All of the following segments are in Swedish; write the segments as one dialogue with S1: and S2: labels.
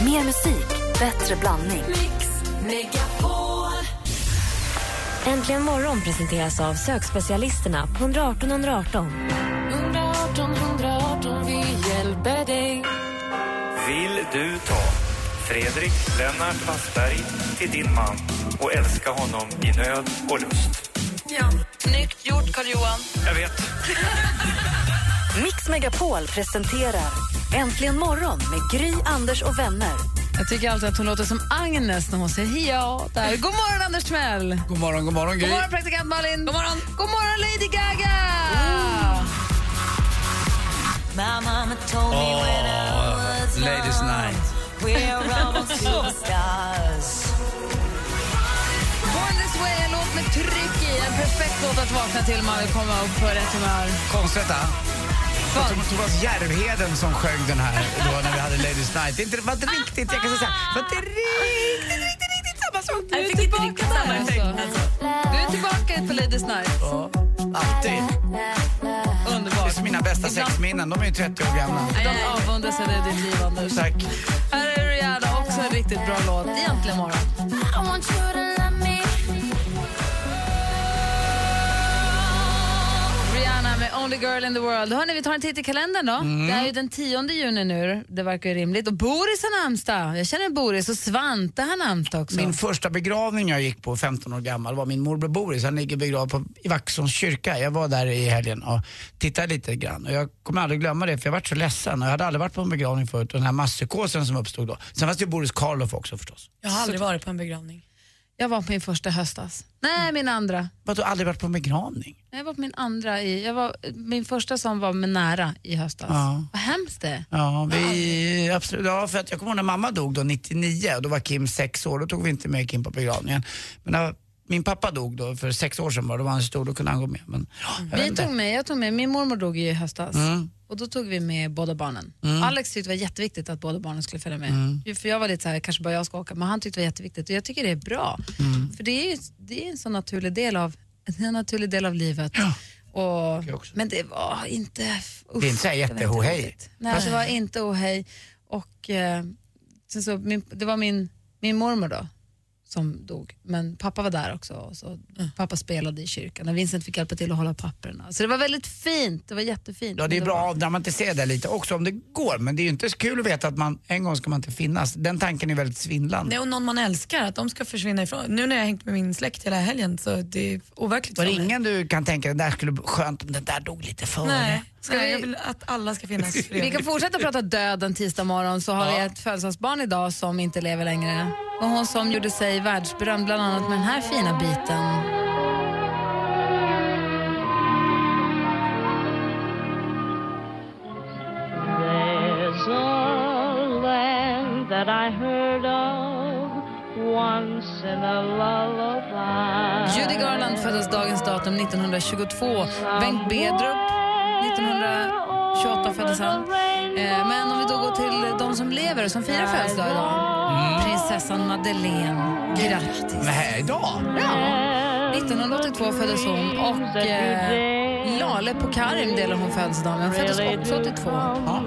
S1: Mer musik, bättre blandning.
S2: Mix Megapol.
S3: Äntligen morgon presenteras av sökspecialisterna på 118 118.
S2: 118 118, vi hjälper dig.
S4: Vill du ta Fredrik Lennart Wassberg till din man och älska honom i nöd och lust?
S5: Ja. Snyggt gjort, Carl-Johan.
S4: Jag vet.
S1: Mix Megapol presenterar Äntligen morgon med Gry, Anders och vänner.
S6: Jag tycker alltid att hon låter som Agnes när hon säger ja där. God morgon Anders Timell!
S7: God morgon, god morgon Gry.
S6: God morgon praktikant Malin! God morgon, god morgon Lady Gaga!
S7: Åh, ladies night.
S6: Born this way, en låt med tryck i. En perfekt låt att vakna till om man vill komma upp på rätt humör.
S7: Konstigt, va?
S6: Vad?
S7: Det var Thomas Järvheden som sjöng den här då när vi hade Ladies Night. Det är inte- var inte riktigt, jag kan säga så här, var inte riktigt, riktigt, riktigt samma sak.
S6: Du är tillbaka där alltså. Du är tillbaka på Ladies Night.
S7: Alltid. Det är
S6: Underbart.
S7: som mina bästa
S6: Ibland-
S7: sexminnen, de är ju 30 år gamla.
S6: De avundas jag dig ditt liv, Anders.
S7: Tack.
S6: Här är Rihanna, också en riktigt bra låt. Egentligen morgon. Rihanna med Only Girl in the World. Hörni, vi tar en titt i kalendern då.
S7: Mm.
S6: Det är ju den 10 juni nu, det verkar ju rimligt. Och Boris har namnsdag. Jag känner Boris och Svante har namnsdag också.
S7: Min första begravning jag gick på, 15 år gammal, var min morbror Boris. Han ligger begravd på, i Vaxholms kyrka. Jag var där i helgen och tittade lite grann. Och jag kommer aldrig glömma det för jag var så ledsen. Och jag hade aldrig varit på en begravning förut. Och den här masspsykosen som uppstod då. Sen fanns det ju Boris Karloff också förstås.
S5: Jag har aldrig varit på en begravning.
S6: Jag var på min första höstas.
S7: Mm.
S6: Nej, min andra.
S7: Vadå, aldrig varit på en begravning?
S6: Nej, Jag var på min andra i, jag var, min första som var med nära i höstas.
S7: Ja.
S6: Vad hemskt det är.
S7: Ja, vi, absolut. Ja, för att jag kommer ihåg när mamma dog då, 99, och då var Kim sex år, då tog vi inte med Kim på begravningen. Men när min pappa dog då för sex år sedan bara, då var han så stor, då kunde han gå med. Men, ja, jag vet
S6: Vi
S7: inte.
S6: tog med, jag tog med, min mormor dog i höstas
S7: Mm.
S6: och då tog vi med båda barnen. Alex tyckte det var jätteviktigt att båda barnen skulle följa med.
S7: Mm.
S6: Ju- För jag var lite så här, kanske bara jag ska åka, men han tyckte det var jätteviktigt och jag tycker det är bra.
S7: Mm.
S6: För det är ju det är en så naturlig del av, en naturlig del av livet. Och,
S7: jag också.
S6: men det var inte... Uff,
S7: Det är inte så här
S6: det var inte
S7: jättehohej.
S6: roligt. Nej, Alltså, det var inte ohej. Och eh, sen så, min, det var min, min mormor då som dog. Men pappa var där också. Och så Pappa spelade i kyrkan och Vincent fick hjälpa till att hålla papperna. Så det var väldigt fint. Det var jättefint.
S7: Ja, det är
S6: Men
S7: bra
S6: var-
S7: att avdramatisera det lite också om det går, men det är ju inte så kul att veta att man, en gång ska man inte finnas. Den tanken är väldigt svindlande.
S5: Nej, och någon man älskar, att de ska försvinna ifrån. Nu när jag har hängt med min släkt hela helgen så det är overkligt
S7: Var det
S5: för mig.
S7: ingen du kan tänka, det där skulle vara skönt om den där dog lite före?
S5: Nej,
S6: Ska
S5: nej
S6: vi-
S5: jag vill att alla ska finnas för
S6: Vi kan fortsätta prata döden tisdag morgon så har vi ett födelsedagsbarn idag som inte lever längre. Och hon som gjorde sig världsberömd bland annat med den här fina biten.
S8: There's a land that I heard of once in a lullaby.
S6: Judy Garland föddes dagens datum 1922. Bengt Bedrup 1928 föddes han. Eh, Men om vi då går till de som lever och som firar födelsedag idag. Prinsessan Madeleine. Grattis!
S7: Nej, idag?
S6: Ja, 1982 föddes hon och eh, Lale Pokarim delar hon födelsedag med. Hon föddes också 82.
S7: Ja.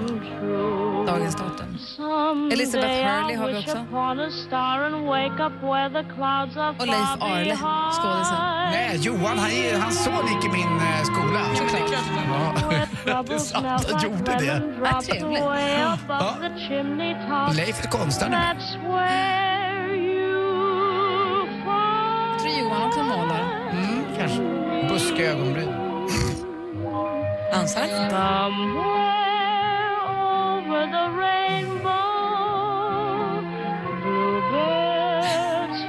S6: Dagens datum.
S8: Someday
S6: Elizabeth Hurley har vi
S8: I'll wish
S6: också.
S8: upon a star and wake up where the clouds are
S6: Och Leif
S8: far
S6: Arle, skådisen.
S7: Nej, Johan, han, är- hans son gick i min eh, skola. Ja. Det är sant, han gjorde det.
S8: Vad
S6: trevligt.
S7: Ja. Leif är konstnär nu.
S8: That's where you
S6: Jag tror Johan också målar.
S7: Mm, kanske. Buska ögonbryn.
S5: Dansar?
S8: Somewhere over the rainbow, bluebirds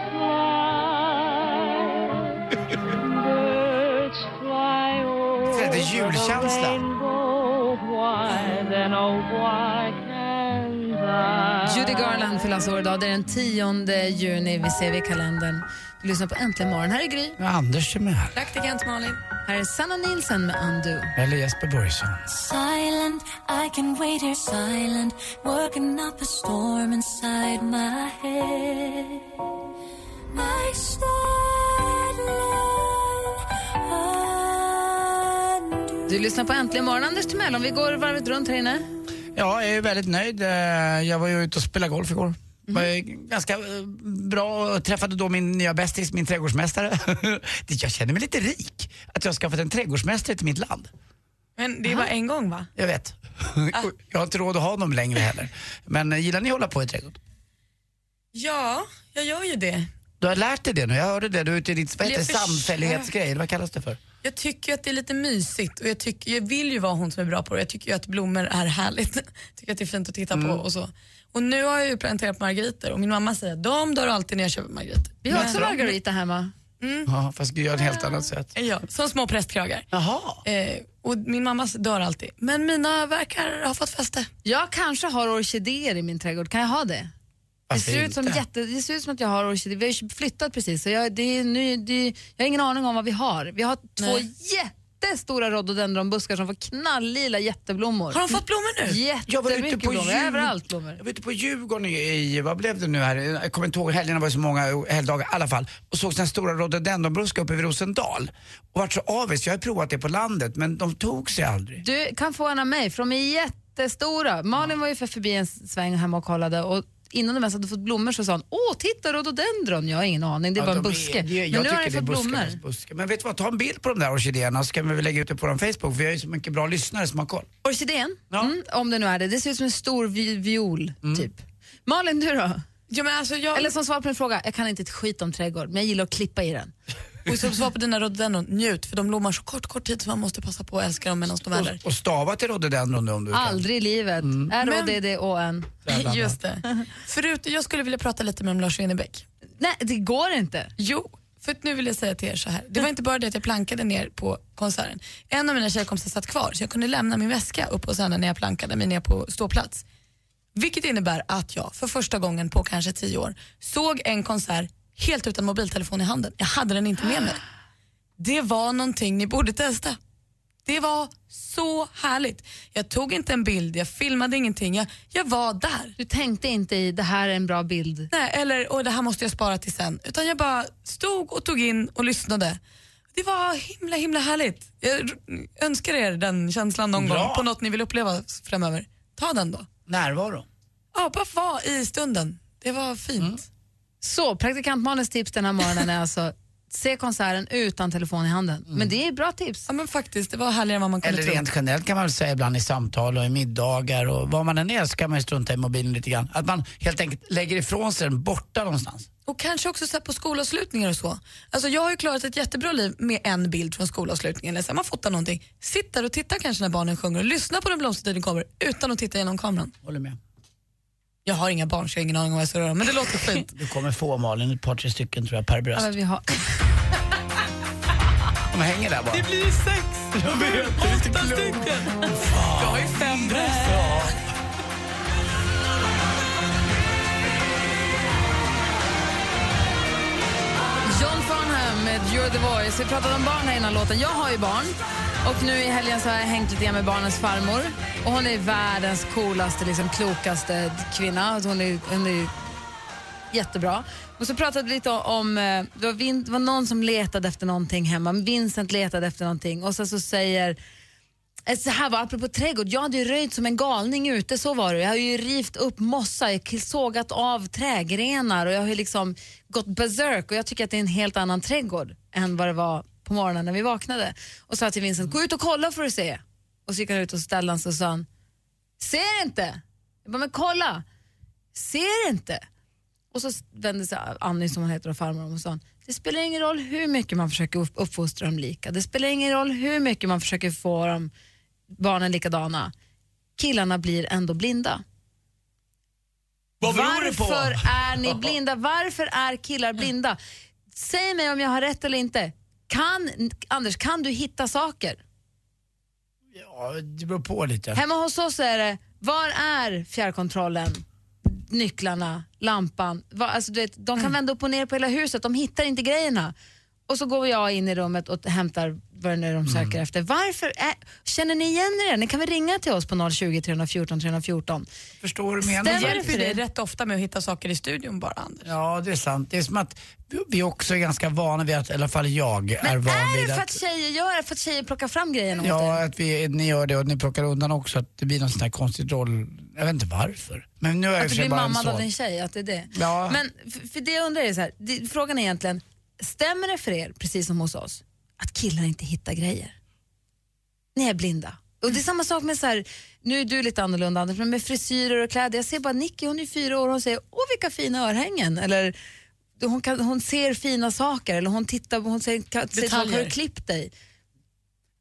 S8: fly. Birds fly
S7: Det är lite
S8: over the
S7: julkänsla.
S8: rainbow. Why then, oh why can't I?
S6: Judy Garland fyller år idag. Det är den 10 juni. Vi ser vi i kalendern. Du lyssnar på Äntligen morgon. Här är Gry.
S7: Ja, Anders är med.
S5: Praktikant Malin.
S6: Här är Sanna Nielsen med Undo.
S7: Eller Jesper Borgsson.
S2: Silent, I can wait here silent Working up a storm inside my head My starlight under
S6: Du lyssnar på Äntligen morgon, Anders Timell. Om vi går varvet runt här inne.
S7: Ja, jag är väldigt nöjd. Eh, Jag var ju ute och spelade golf igår. Var ju ganska eh, bra och träffade då min nya bästis, min trädgårdsmästare. Det- jag känner mig lite rik, att jag har skaffat en trädgårdsmästare till mitt land.
S5: Men det är bara en gång va?
S7: Jag vet. Och Jag har inte råd att ha dem längre heller. Men eh, gillar ni att hålla på i trädgården?
S5: Ja, jag gör ju det.
S7: Du har lärt dig det nu, jag hörde det. Du är ute i ditt, vad heter det,
S5: Jag försöker.
S7: samfällighetsgrej, eller vad kallas det för?
S5: Jag tycker ju att det är lite mysigt och jag, tycker, jag vill ju vara hon som är bra på det. Jag tycker ju att blommor är härligt. Jag tycker att det är fint att titta på och så. Och nu har jag ju planterat margariter och min mamma säger att de dör alltid när jag köper margariter.
S6: Vi har också Margarita hemma.
S7: Ja, fast du gör ett helt annat sätt.
S5: Ja, som små prästkragar.
S7: Jaha.
S5: Eh, och min mammas dör alltid. Men mina verkar ha fått fäste.
S6: Jag kanske har orkidéer i min trädgård, kan jag ha det? Det
S7: Varför
S6: ser, ut som
S7: inte?
S6: jätte, det ser ut som att jag har orkidéer. Vi har ju flyttat precis, så jag, det är nu, det är, jag har ingen aning om vad vi har. Vi har två jättestora rhododendronbuskar som får knallila jätteblommor.
S5: Har de fått blommor nu?
S7: Jag var ute
S6: Jättemycket
S7: på
S6: blommor,
S7: jul-
S6: överallt blommor.
S7: Jag var ute på Djurgården i, i, vad blev det nu här? Jag kommer inte ihåg, helgerna var ju så många helgdagar i alla fall. Och såg den stora rhododendronbuskar uppe vid Rosendal. Och vart så avis, jag har ju provat det på landet men de tog sig aldrig.
S6: Du kan få en av mig, för de är jättestora. Malin var ju för förbi en sväng hemma och kollade och innan de ens hade fått blommor så sa hon åh titta rhododendron. Jag har ingen aning, det är
S7: Ja,
S6: bara en
S7: de
S6: buske.
S7: är-
S6: Men
S7: det-
S6: nu har
S7: tycker
S6: den fått
S7: det är buskarnas
S6: blommor.
S7: buskar. Men vet du vad, ta en bild på de där orkidéerna så kan vi väl lägga ut det på vår Facebook för vi har ju så mycket bra lyssnare som har koll.
S6: Orkidén,
S7: Ja. Mm.
S6: mm, om det nu är det, det ser ut som en stor vi- viol typ. Malin, du då?
S5: Ja, men alltså jag,
S6: Eller som svar på din fråga, jag kan inte ett skit om trädgård, men jag gillar att klippa i den.
S5: Och som svar på dina rhododendron, njut för de blommar så kort, kort tid så man måste passa på att älska dem medan de är där.
S7: Och, och stava till rhododendron nu om du kan. Mm.
S6: Aldrig i livet. Äh, R-O-D-D-O-N.
S5: Just det. Förut, jag skulle vilja prata lite med om Lars Winnerbäck.
S6: Nej, det går inte.
S5: Jo, för att nu vill jag säga till er så här. Det var inte bara det att jag plankade ner på konserten. En av mina tjejkompisar satt kvar så jag kunde lämna min väska upp hos henne när jag plankade mig ner på ståplats. Vilket innebär att jag för första gången på kanske tio år såg en konsert helt utan mobiltelefon i handen. Jag hade den inte med mig. Det var någonting ni borde testa. Det var så härligt. Jag tog inte en bild, jag filmade ingenting. Jag, jag var där.
S6: Du tänkte inte i det här är en bra bild.
S5: Nej, eller och det här måste jag spara till sen. Utan jag bara stod och tog in och lyssnade. Det var himla himla härligt. Jag r- önskar er den känslan någon
S7: Bra.
S5: gång på något ni vill uppleva framöver. Ta den då.
S7: Närvaro.
S5: Ja, bara vara i stunden. Det var fint.
S7: Mm.
S6: Så, praktikant Malins tips den här morgonen är alltså se konserten utan telefon i handen. Men det är bra tips.
S5: Ja men faktiskt, det var härligare än vad man kunde
S7: Eller
S5: tro.
S7: rent generellt kan man väl säga ibland i samtal och i middagar och var man än är så kan man ju strunta i mobilen lite grann. Att man helt enkelt lägger ifrån sig den borta någonstans.
S5: Och kanske också så här på skolavslutningar och så. Alltså jag har ju klarat ett jättebra liv med en bild från skolavslutningen. Eller så här, man fotar någonting. Sitt där och titta kanske när barnen sjunger och lyssna på den blomstertiden kommer utan att titta genom kameran.
S7: Håller med.
S5: Jag har inga barn så jag har ingen aning om vad jag ska röra men det låter fint.
S7: Du kommer få Malin ett par tre stycken tror jag per bröst.
S6: Ja, vi har...
S7: De hänger där bara. Det blir
S6: John Farnham med You're the voice. Vi pratade om barn här innan låten. Jag har ju barn och nu i helgen så har jag hängt lite grann med barnens farmor. Och hon är världens coolaste, liksom, klokaste kvinna. Alltså, Hon är, hon är jättebra. Och så pratade vi lite om, eh, det var, Vin, det var någon som letade efter någonting hemma. Vincent letade efter någonting och sen så säger Eh, Så här var apropå trädgård, jag hade ju röjt som en galning ute, så var det. Jag har ju rivt upp mossa, jag har sågat av trägrenar och jag har ju liksom gått berserk och jag tycker att det är en helt annan trädgård än vad det var på morgonen när vi vaknade. Och sa till Vincent, gå ut och kolla får du se. Och så gick han ut och ställde han sig och sa, han, ser inte? Jag bara, men kolla, ser inte? Och så vände sig Annie som hon heter och farmor om och sa det spelar ingen roll hur mycket man försöker upp- uppfostra dem lika. Det spelar ingen roll hur mycket man försöker få dem, barnen likadana. Killarna blir ändå blinda.
S7: Vad beror det på?
S6: Varför är ni blinda? Varför är killar blinda? Säg mig om jag har rätt eller inte. Kan, Anders, kan du hitta saker?
S7: Ja, det beror på lite.
S6: Hemma hos oss är det, var är fjärrkontrollen?
S7: Mm.
S6: Nycklarna, lampan. Va, alltså, du vet, de kan vända upp och ner på hela huset, de hittar inte grejerna. Och så går jag in i rummet och hämtar vad det nu är
S7: Mm.
S6: de söker efter. Varför? Äh, känner ni igen er? Ni kan väl ringa till oss på 020 314 314.
S7: Förstår vad du menar?
S5: Jag
S6: Stämmer
S5: hjälper ju
S6: för
S5: dig
S6: dig?
S5: rätt ofta med att hitta saker i studion bara, Anders.
S7: Ja, det är sant. Det är som att vi- vi också är ganska vana vid att, i alla fall jag är van
S6: Är
S7: vid
S6: det för
S7: att...
S6: att tjejer gör det? För att tjejer plockar fram grejerna åt dig?
S7: Ja, att vi, ni gör det och ni plockar undan också att det blir någon sån här konstig roll. Jag vet inte varför. Men nu är jag i och
S6: Att
S7: för
S6: du
S7: sig
S6: blir
S7: bara en
S6: mammad av
S7: son.
S6: din tjej, att det är det.
S7: Ja.
S6: Men f- för det jag undrar är så här, det, frågan är egentligen, stämmer det för er, precis som hos oss, att killar inte hittar grejer? Ni är blinda. Och det är samma sak med så här, nu är du lite annorlunda Anders, men med frisyrer och kläder. Jag ser bara Nicky, hon är fyra år och hon säger, åh vilka fina örhängen. Eller hon, kan, hon ser fina saker, eller hon tittar, hon säger, kan, säger folk, har
S5: Detaljer.
S6: du klippt dig?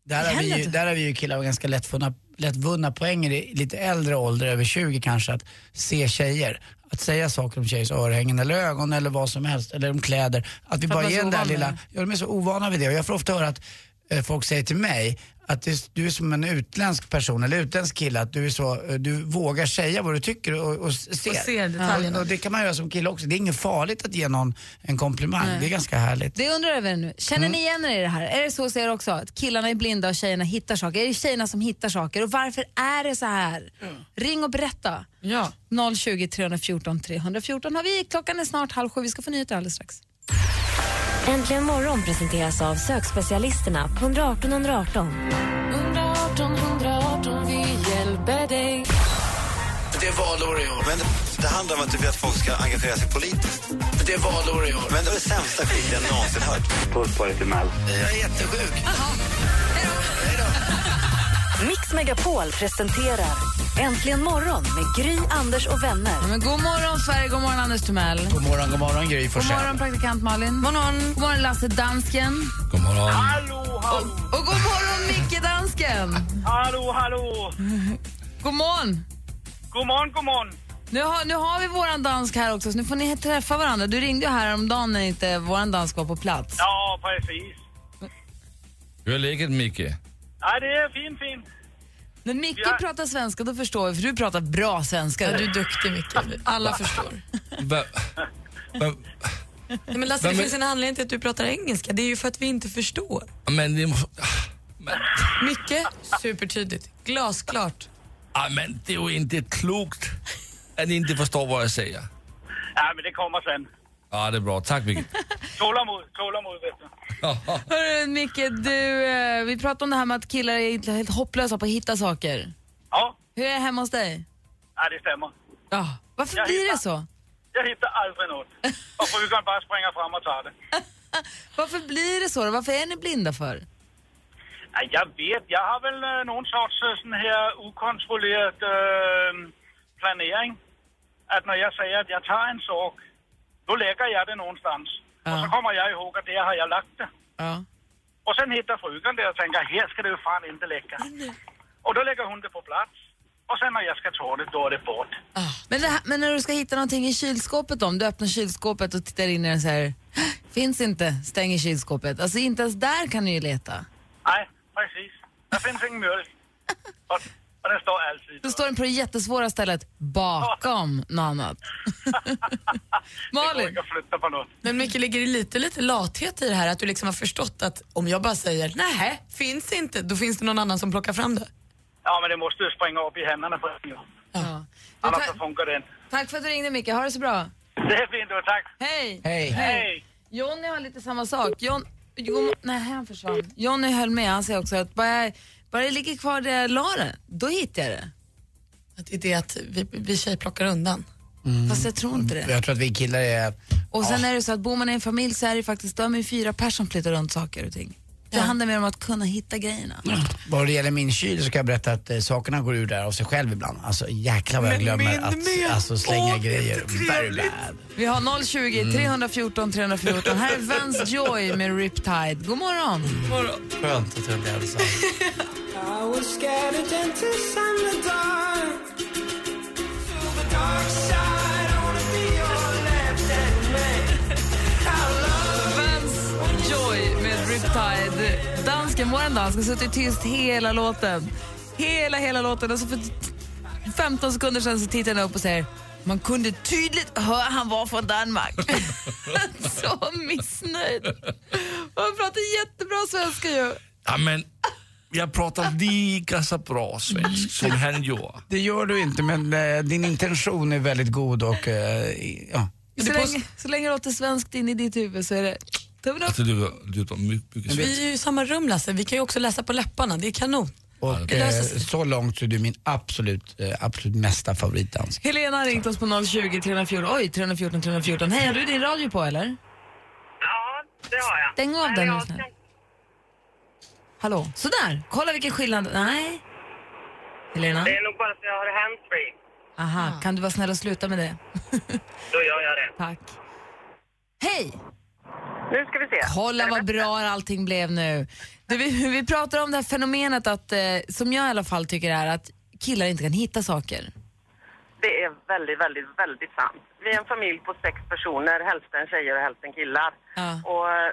S7: Där har, vi ju,
S6: Helvete.
S7: där har vi ju killar ganska lättvunna, lättvunna poänger i lite äldre ålder, över 20 kanske, att se tjejer. Att säga saker om tjejers örhängen eller ögon eller vad som helst, eller om kläder. Att vi
S6: För att
S7: bara
S6: man är så
S7: ger den där
S6: ovan vid
S7: lilla, ja, de är så ovana vid det. Och jag får ofta höra att eh, folk säger till mig att det, du är som en utländsk person eller utländsk kille, att du, är så, eh, du vågar säga vad du tycker och, och ser.
S5: Och ser detaljerna.
S7: Och, och det kan man göra som kille också. Det är inget farligt att ge någon en komplimang, det är ganska härligt.
S6: Det undrar jag över nu. Känner ni igen er i det här? Är det så hos er också? Att killarna är blinda och tjejerna hittar saker? Är det tjejerna som hittar saker? Och varför är det så här? Ring och berätta.
S5: Ja.
S6: 020 314 314 har vi. Klockan är snart halv sju. Vi ska få nyheter alldeles strax.
S3: Äntligen morgon presenteras av sökspecialisterna på 118 118.
S9: Det är valår i år. Men det handlar om att du vill att folk ska engagera sig politiskt. Det är valår i år. Men det är den sämsta skit jag någonsin hört.
S4: Puss på dig till Mel.
S9: Jag är jättesjuk.
S1: Mix Megapol presenterar Äntligen morgon med Gry, Anders och vänner.
S6: Men god morgon Sverige, god morgon Anders Timell.
S7: God morgon, god morgon Gry
S6: God
S7: Forssell.
S6: morgon praktikant Malin. God morgon, god morgon Lasse Dansken.
S7: God morgon.
S6: Och god morgon Micke Dansken.
S10: Hallå, hallå!
S6: God morgon.
S10: God morgon, god morgon!
S6: Nu har, nu har vi våran dansk här också så nu får ni träffa varandra. Du ringde ju här om dagen när inte våran dansk var på plats.
S10: Ja, precis.
S11: Hur är läget, Micke?
S10: Ja, det är fint, fint.
S6: När Micke
S10: Ja.
S6: pratar svenska då förstår vi, för du pratar bra svenska.
S5: Du är duktig Micke. Alla förstår.
S11: Va, va,
S5: Nej, men Lasse, det
S11: Men-
S5: finns en anledning till att du pratar engelska. Det är ju för att vi inte förstår.
S11: men det må- Ah, men,
S5: Micke, supertydligt. Glasklart.
S11: ah, men det är ju inte klokt att ni inte förstår vad jag säger.
S10: Ja, men det kommer sen.
S11: Ja, Ah, det är bra. Tack, Micke.
S10: Tålamod, tålamod, vet du.
S6: Hörru Micke, du, eh, vi pratade om det här med att killar är inte helt hopplösa på att hitta saker.
S10: Ja,
S6: Hur är det hemma hos dig?
S10: ja det stämmer.
S6: Ja. Varför
S10: Jag
S6: blir det
S10: hittar.
S6: så?
S10: Jag hittar aldrig något. Och brukaren bara springer fram och tar det.
S6: Varför blir det så då? Varför är ni blinda för?
S10: Ja, jag vet, jag har väl eh, någon sorts eh, sån här okontrollerad eh, planering. Att när jag säger att jag tar en sak, då lägger jag det någonstans. Och så kommer jag ihåg att där har jag lagt det.
S6: Ja.
S10: Och sen hittar frugan det och tänker, här ska det ju fan inte lägga. Och då lägger hon det på plats. Och sen när jag ska ta det, då är det bort.
S6: Ah. Men, det här, men när du ska hitta någonting i kylskåpet om, du öppnar kylskåpet och tittar in i den så här, finns inte, stänger kylskåpet. Alltså inte ens där kan ni ju leta.
S10: Nej, precis. Det finns ingen mjölk. Och, och den står alltid.
S6: Då står den på det jättesvåra stället bakom något annat.
S10: Ah. Det går
S6: Malin?
S10: inte att flytta på något.
S5: Men Micke, ligger det lite, lite lathet i det här? Att du liksom har förstått att om jag bara säger nej, finns inte, då finns det någon annan som plockar fram det.
S10: Ja, men det måste ju springa upp i händerna på en gång.
S6: Ja. Du,
S10: Annars så
S6: ta-
S10: funkar den.
S6: tack för att du ringde Micke, ha det så bra.
S10: Det är fint, och tack.
S6: Hej!
S7: Hej.
S10: Hej!
S6: Jonny har lite samma sak. Jon, jo, nej, han försvann. Jonny höll med. Han säger också att bara, jag- bara det ligger kvar där jag la det, då hittar jag det.
S5: Att det är det att vi, vi tjejer plockar undan.
S6: Mm. Fast jag tror inte det.
S7: Jag tror att vi killar är
S6: Och sen är det så att bor man i en familj så är det faktiskt de är fyra personer som flyttar runt saker och ting. Det handlar mer om att kunna hitta grejerna.
S7: Vad det gäller min kyl så kan jag berätta att eh, sakerna går ur där av sig själv ibland. Alltså jäklar vad jag glömmer att alltså, slänga grejer. Very bad.
S6: Vi har 020 314 314. Här är Vance Joy med Riptide. God morgon!
S7: Skönt att jag blev alldeles
S6: Vans Joy med Riptide. Dansken, våran dansk, har suttit tyst hela Alltså låten. Hela, hela låten. Och så för 15 sekunder sedan så tittar han upp och säger Man kunde tydligt höra han var från Danmark. så missnöjd. Han pratar jättebra svenska ju.
S11: Ja, Ah, men jag pratar lika så bra svensk som han gör.
S7: Det gör du inte, men eh, din intention är väldigt god och eh, i- ja.
S6: Så länge, så länge det låter svenskt in i ditt huvud så är det tummen upp.
S11: Alltså, du, du, du, mycket
S5: Men Vi är ju i samma rum Lasse, vi kan ju också läsa på läpparna, det är kanon.
S7: Och
S5: Det
S7: eh,
S5: löser sig.
S7: så långt så är du min absolut, eh, absolut mesta favoritdansk.
S6: Helena har ringt oss på 020 314. Oj, 314 314. Hej, har du din radio på eller?
S8: Det har jag.
S6: Stäng av
S8: Nej,
S6: den
S8: jag
S6: nu snäll. Hallå, sådär. Kolla vilken skillnad. Nej. Helena?
S8: Det är nog bara för att jag har handsfree.
S6: Aha, kan du vara snäll och sluta med det?
S8: Då gör jag det.
S6: Tack. Hej!
S8: Nu ska vi se.
S6: Kolla vad bra allting blev nu. Du, vi, vi pratar om det här fenomenet att, eh, som jag i alla fall tycker är att killar inte kan hitta saker.
S8: Det är väldigt, väldigt, väldigt sant. Vi är en familj på sex personer, hälften tjejer och hälften killar. Och eh,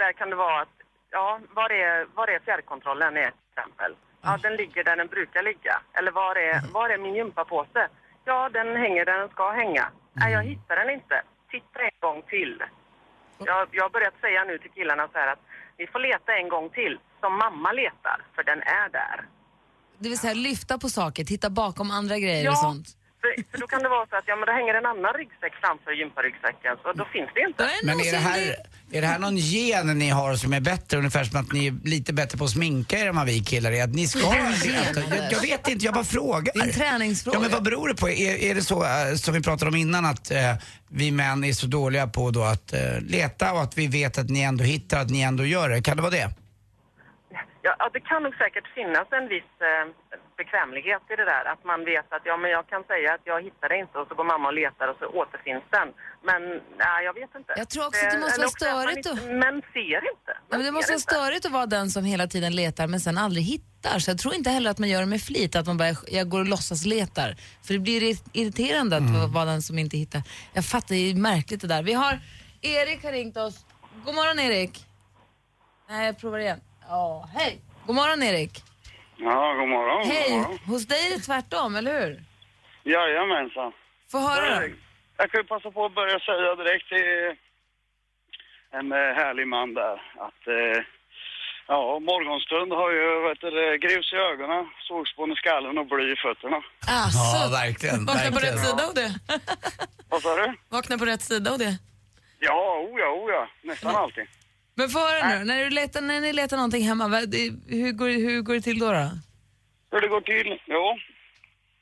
S8: där kan det vara att, ja, var är, var är fjärrkontrollen är till exempel? Ja, den ligger där den brukar ligga. Eller var är, var är min gympapåse? Ja, den hänger där den ska hänga. Nej, jag hittar den inte. Titta en gång till. Jag, jag har börjat säga nu till killarna så här att ni får leta en gång till, som mamma letar, för den är där.
S6: Det vill säga lyfta på saker, titta bakom andra grejer
S8: Ja.
S6: och sånt.
S8: För, för då kan det vara så att ja, men då hänger en annan ryggsäck framför gymparyggsäcken, så då finns det inte.
S7: Men är det, här, är det här någon gen ni har som är bättre? Ungefär som att ni är lite bättre på att sminka er än vad vi killar är. Att ni ska... Alltså, jag, jag vet inte, jag bara frågar.
S6: Det är en träningsfråga.
S7: Ja, men vad beror det på? Är, är det så eh, som vi pratade om innan att eh, vi män är så dåliga på då att eh, leta och att vi vet att ni ändå hittar, att ni ändå gör det? Kan det vara det?
S8: Ja, ja, det kan nog säkert finnas en viss eh, bekvämlighet i det där, att man vet att ja, men jag kan säga att jag hittar det inte och så går mamma och letar och så återfinns den. Men nej, jag vet inte.
S6: Jag tror också att det måste
S8: eller
S6: vara
S8: också att man
S6: störigt
S8: inte-
S6: och-
S8: Men ser inte.
S6: Ja, men det måste vara störigt att vara den som hela tiden letar men sen aldrig hittar. Så jag tror inte heller att man gör det med flit, att man bara jag går och låtsas letar. För det blir irri- irriterande att vara den som inte hittar. Jag fattar, det är märkligt det där. Vi har, Erik har ringt oss. God morgon Erik. Nej, jag provar igen. Ja, hej. God morgon Erik.
S12: Ja, god morgon. God
S6: hej.
S12: morgon.
S6: Hos dig är det tvärtom, eller hur?
S12: Jajamensan.
S6: Få höra då.
S12: Jag kan ju passa på att börja säga direkt till en eh, härlig man där att eh, ja, morgonstund har ju vet du, det, grus i ögonen, sågspån i skallen och bly i fötterna.
S7: Ja, verkligen.
S5: Vakna på rätt
S7: verkligen.
S5: sida av det.
S12: Vad sa du?
S5: Vakna på rätt sida av det.
S12: Ja, oja, oja. Nästan alltid.
S6: Men få höra nu, när, du letar, när ni letar någonting hemma, vad, det- hur, går, hur går det till då? då?
S12: Hur det går till? Jo,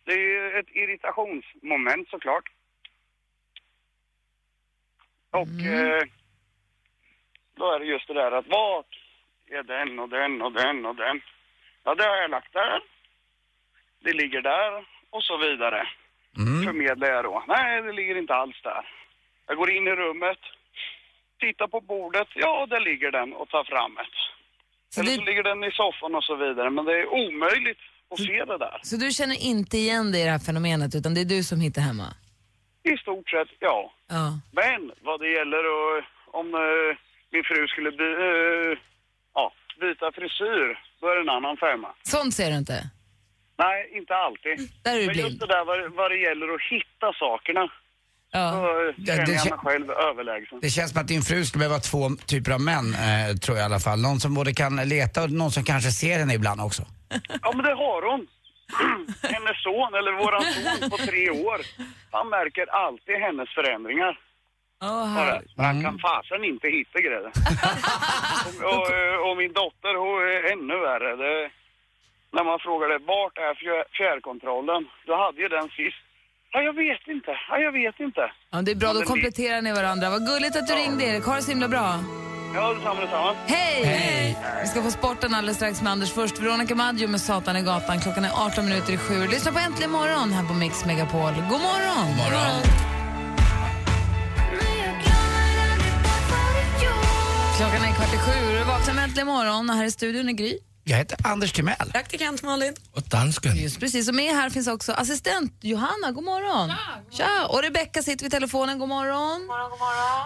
S12: det är ju ett irritationsmoment såklart. Och
S5: Mm.
S12: eh, då är det just det där att vart är den och den och den och den? Ja, det har jag lagt där. Det ligger där och så vidare. Förmedlar jag då. Nej, det ligger inte alls där. Jag går in i rummet, tittar på bordet. Ja, där ligger den och tar fram ett. Eller så ligger den i soffan och så vidare. Men det är omöjligt att se det där.
S6: Så du känner inte igen dig i det här fenomenet utan det är du som hittar hemma?
S12: I stort sett, ja.
S6: Ja.
S12: Men vad det gäller och, om eh, min fru skulle by, eh, ja, byta frisyr, då är det en annan femma.
S6: Sånt ser du inte?
S12: Nej, inte alltid.
S6: Där är du
S12: Men
S6: blind.
S12: just det där vad, vad det gäller att hitta sakerna, då eh,
S7: Det-
S12: känner
S7: det
S12: jag
S7: kän-
S12: mig själv överlägsen.
S7: Det känns som att din fru skulle behöva två typer av män, eh, tror jag i alla fall. Någon som både kan leta och någon som kanske ser henne ibland också.
S12: Ja, men det har hon. hennes son, eller våran son på tre år, han märker alltid hennes förändringar. Bara, men han
S6: Mm.
S12: kan fasen inte hitta grejer. och, och, eh, och min dotter, hon är ännu värre. Det, när man frågade vart är fjär- fjärrkontrollen, då hade ju den sist. Ja, jag vet inte. Ja, jag vet inte.
S6: Ja, det är bra,
S12: Ja,
S6: då
S12: men det-
S6: kompletterar ni varandra. Vad gulligt att du ringde Erik, ha det så himla bra.
S12: Ja, detsamma, detsamma.
S6: Hej! Vi ska få sporten alldeles strax med Anders först. Veronica Maggio med Satan i gatan. Klockan är 18 minuter i sju. Lyssna på Äntligen morgon här på Mix Megapol. God morgon! God morgon. Klockan är kvart i sju och du vaknar med Äntligen morgon och här i studion är Gry.
S7: Jag heter Anders Timell.
S6: Praktikant Malin.
S11: Och dansken.
S6: Just precis, och med här finns också assistent Johanna, god morgon. Tja, och Rebecka sitter vid telefonen, god morgon.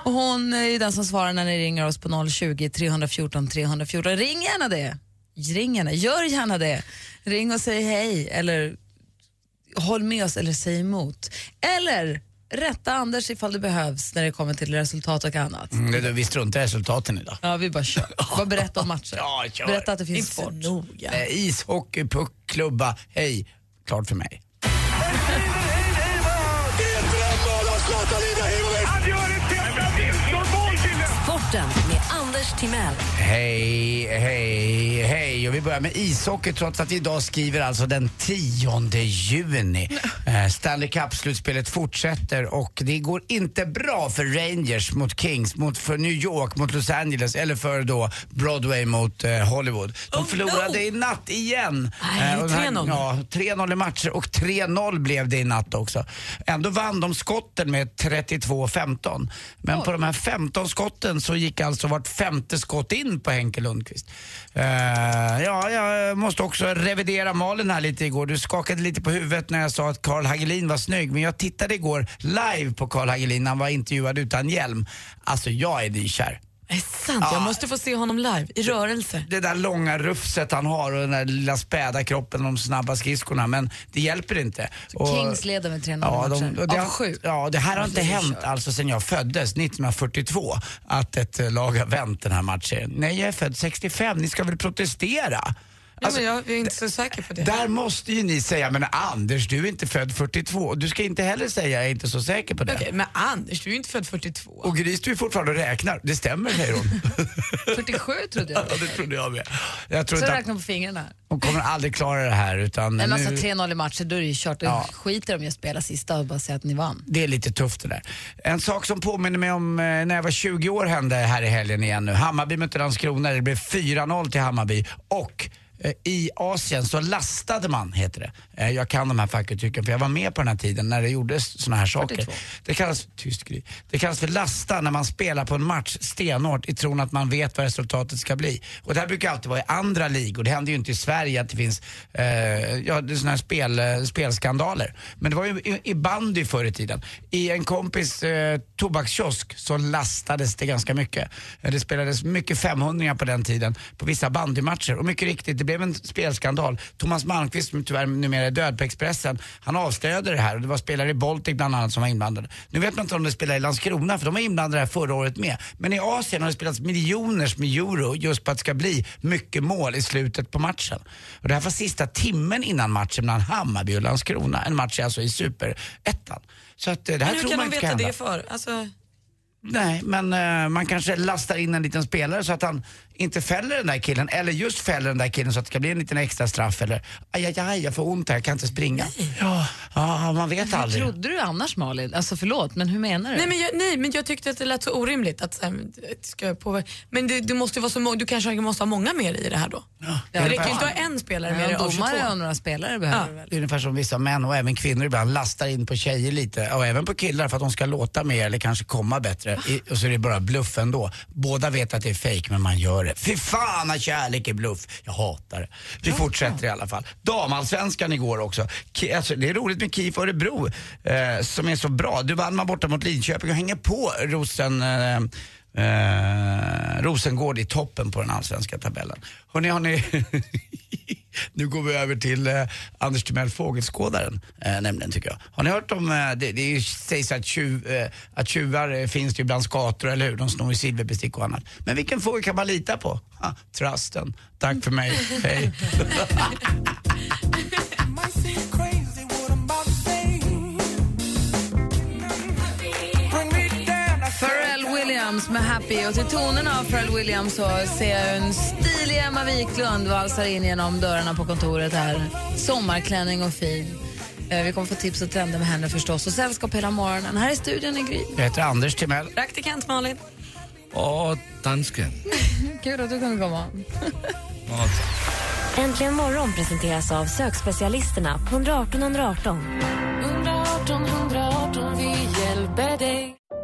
S6: Och hon är ju den som svarar när ni ringer oss på 020 314 314. Ring gärna det. Ring gärna, gör gärna det. Ring och säg hej eller håll med oss eller säg emot. Eller rätta Anders ifall det behövs när det kommer till resultat och annat.
S7: Mm, det- det- vi struntar i resultaten idag.
S6: Ja, vi bara kör. Bara berätta om matcher.
S7: Ja, kör.
S6: Berätta att det finns sport.
S7: Eh, ishockey, puck, klubba, hej. Klart för mig.
S4: Sporten med Anders Timell.
S7: Hej, hej, hej. Och vi börjar med ishockey trots att vi idag skriver alltså den 10 juni. Eh, Stanley Cup-slutspelet fortsätter och det går inte bra för Rangers mot Kings, mot för New York mot Los Angeles eller för då Broadway mot eh, Hollywood. De förlorade i natt igen. Eh,
S5: Nej,
S7: och den här-
S5: 3-0.
S7: Ja, 3-0 i matcher och 3-0 blev det i natt också. Ändå vann de skotten med 32-15. Men på de här 15 skotten så gick alltså vart femte skott in på Henke Lundqvist. Eh, ja, jag måste också revidera Malin här lite igår. Du skakade lite på huvudet när jag sa att Carl Hagelin var snygg. Men jag tittade igår live på Carl Hagelin när han var intervjuad utan hjälm. Alltså, jag är nykär.
S5: Är sant? Jag måste få se honom live, i rörelse.
S7: Det där långa rufset han har och den där lilla späda kroppen och de snabba skridskorna. Men det hjälper inte. Och-
S6: Kings leder med 3-0
S7: Ja, de,
S6: matcher.
S7: och det,
S6: Mm, Av sju.
S7: ja, det här har inte
S6: Det är
S7: hänt
S6: kört.
S7: alltså sen jag föddes 1942 att ett eh, lag har vänt den här matchen. Nej, jag är född 65, ni ska väl protestera? Alltså,
S5: ja, men jag är inte så säker på det.
S7: Där måste ju ni säga, men Anders du är inte född 42 och du ska inte heller säga jag är inte så säker på det.
S5: Okej, men Anders, du är ju inte född 42.
S7: Och Gry står ju fortfarande och räknar, det stämmer säger hon.
S6: 47 trodde jag.
S7: ja, det trodde jag med. Jag tror
S6: Så
S7: inte att
S6: räkna på fingrarna.
S7: hon kommer aldrig klara det här utan
S6: Men alltså
S7: nu-
S6: 3-0 i matcher, då är det ju kört. Då
S7: Ja.
S6: skiter de i att spela sista och bara säga att ni vann.
S7: Det är lite tufft det där. En sak som påminner mig om eh, när jag var 20 år hände här i helgen igen nu. Hammarby mötte Landskrona, det blev 4-0 till Hammarby och eh, i Asien så lastade man, heter det. Eh, Jag kan de här fackuttrycken för jag var med på den här tiden när det gjordes såna här saker.
S5: 42.
S7: Det kallas, tyst gry, det kallas för lasta när man spelar på en match stenhårt i tron att man vet vad resultatet ska bli. Och det här brukar alltid vara i andra ligor, det händer ju inte i Sverige att det finns eh, ja, det är såna här spel, eh, spelskandaler. Men det var ju i, i bandy förr i tiden. I en kompis eh, tobakskiosk så lastades det ganska mycket. Eh, Det spelades mycket 500 på den tiden på vissa bandymatcher och mycket riktigt, det blev en spelskandal. Thomas Malmqvist, som tyvärr numera är död på Expressen, han avslöjade det här och det var spelare i Baltic bland annat som var inblandade. Nu vet man inte om det spelar i Landskrona för de var inblandade här förra året med. Men i Asien har det spelats miljoners med euro just på att det ska bli mycket mål i slutet på matchen. Och det här var sista timmen innan matchen mellan Hammarby och Landskrona. En match alltså i superettan. Så att eh, det här
S5: men hur
S7: tror
S5: kan
S7: man
S5: de
S7: inte
S5: veta
S7: ska hända.
S5: det för? Alltså,
S7: Nej, men eh, man kanske lastar in en liten spelare så att han inte fäller den där killen, eller just fäller den där killen så att det ska bli en liten extra straff eller aj, aj, aj jag får ont här, jag kan inte springa. Ja, ja, man vet
S6: Hur
S7: aldrig.
S6: trodde du annars Malin? Alltså förlåt, men hur menar du?
S5: nej, men jag, nej, men jag tyckte att det lät så orimligt. Att, så här, det ska jag påver- men det, det måste ju vara så många, du kanske måste ha många med dig i det här då? det räcker ju inte att ha en spelare med dig av 22.
S6: domare och några spelare behöver du väl?
S7: Det är ungefär som vissa män och även kvinnor ibland lastar in på tjejer lite och även på killar för att de ska låta mer eller kanske komma bättre I, och så är det bara bluff ändå. Båda vet att det är fejk men man gör det. Fy fan att kärlek är bluff. Jag hatar det. Vi fortsätter i alla fall. Damallsvenskan igår också. Ki, alltså, det är roligt med KIF Örebro eh, som är så bra. Du vann man borta mot Linköping och hänger på Rosen eh, Eh, Rosengård i toppen på den allsvenska tabellen. Hörrni, har ni... nu går vi över till eh, Anders Timell, fågelskådaren, eh, nämligen tycker jag. Har ni hört om, eh, det, det är ju- sägs att, tjuv, eh, att tjuvar eh, finns det ju bland skator, eller hur? De snor ju silverbestick och annat. Men vilken fågel kan man lita på? Ah, trasten. Tack för mig, hej.
S6: Pharrell Williams med Happy och till tonerna av Pharrell Williams så ser jag en stilig Emma Wiklund valsar in genom dörrarna på kontoret här. Sommarklänning och fin. Eh, Vi kommer få tips och trender med henne förstås och sällskap hela morgonen. Här i studion är Gry.
S7: Jag heter Anders Timell.
S5: Praktikant Malin.
S11: Åh, dansken.
S6: Kul att du kunde komma.
S11: Åh,
S1: Äntligen morgon presenteras av sökspecialisterna på 118 118.
S13: 118 118, vi hjälper dig.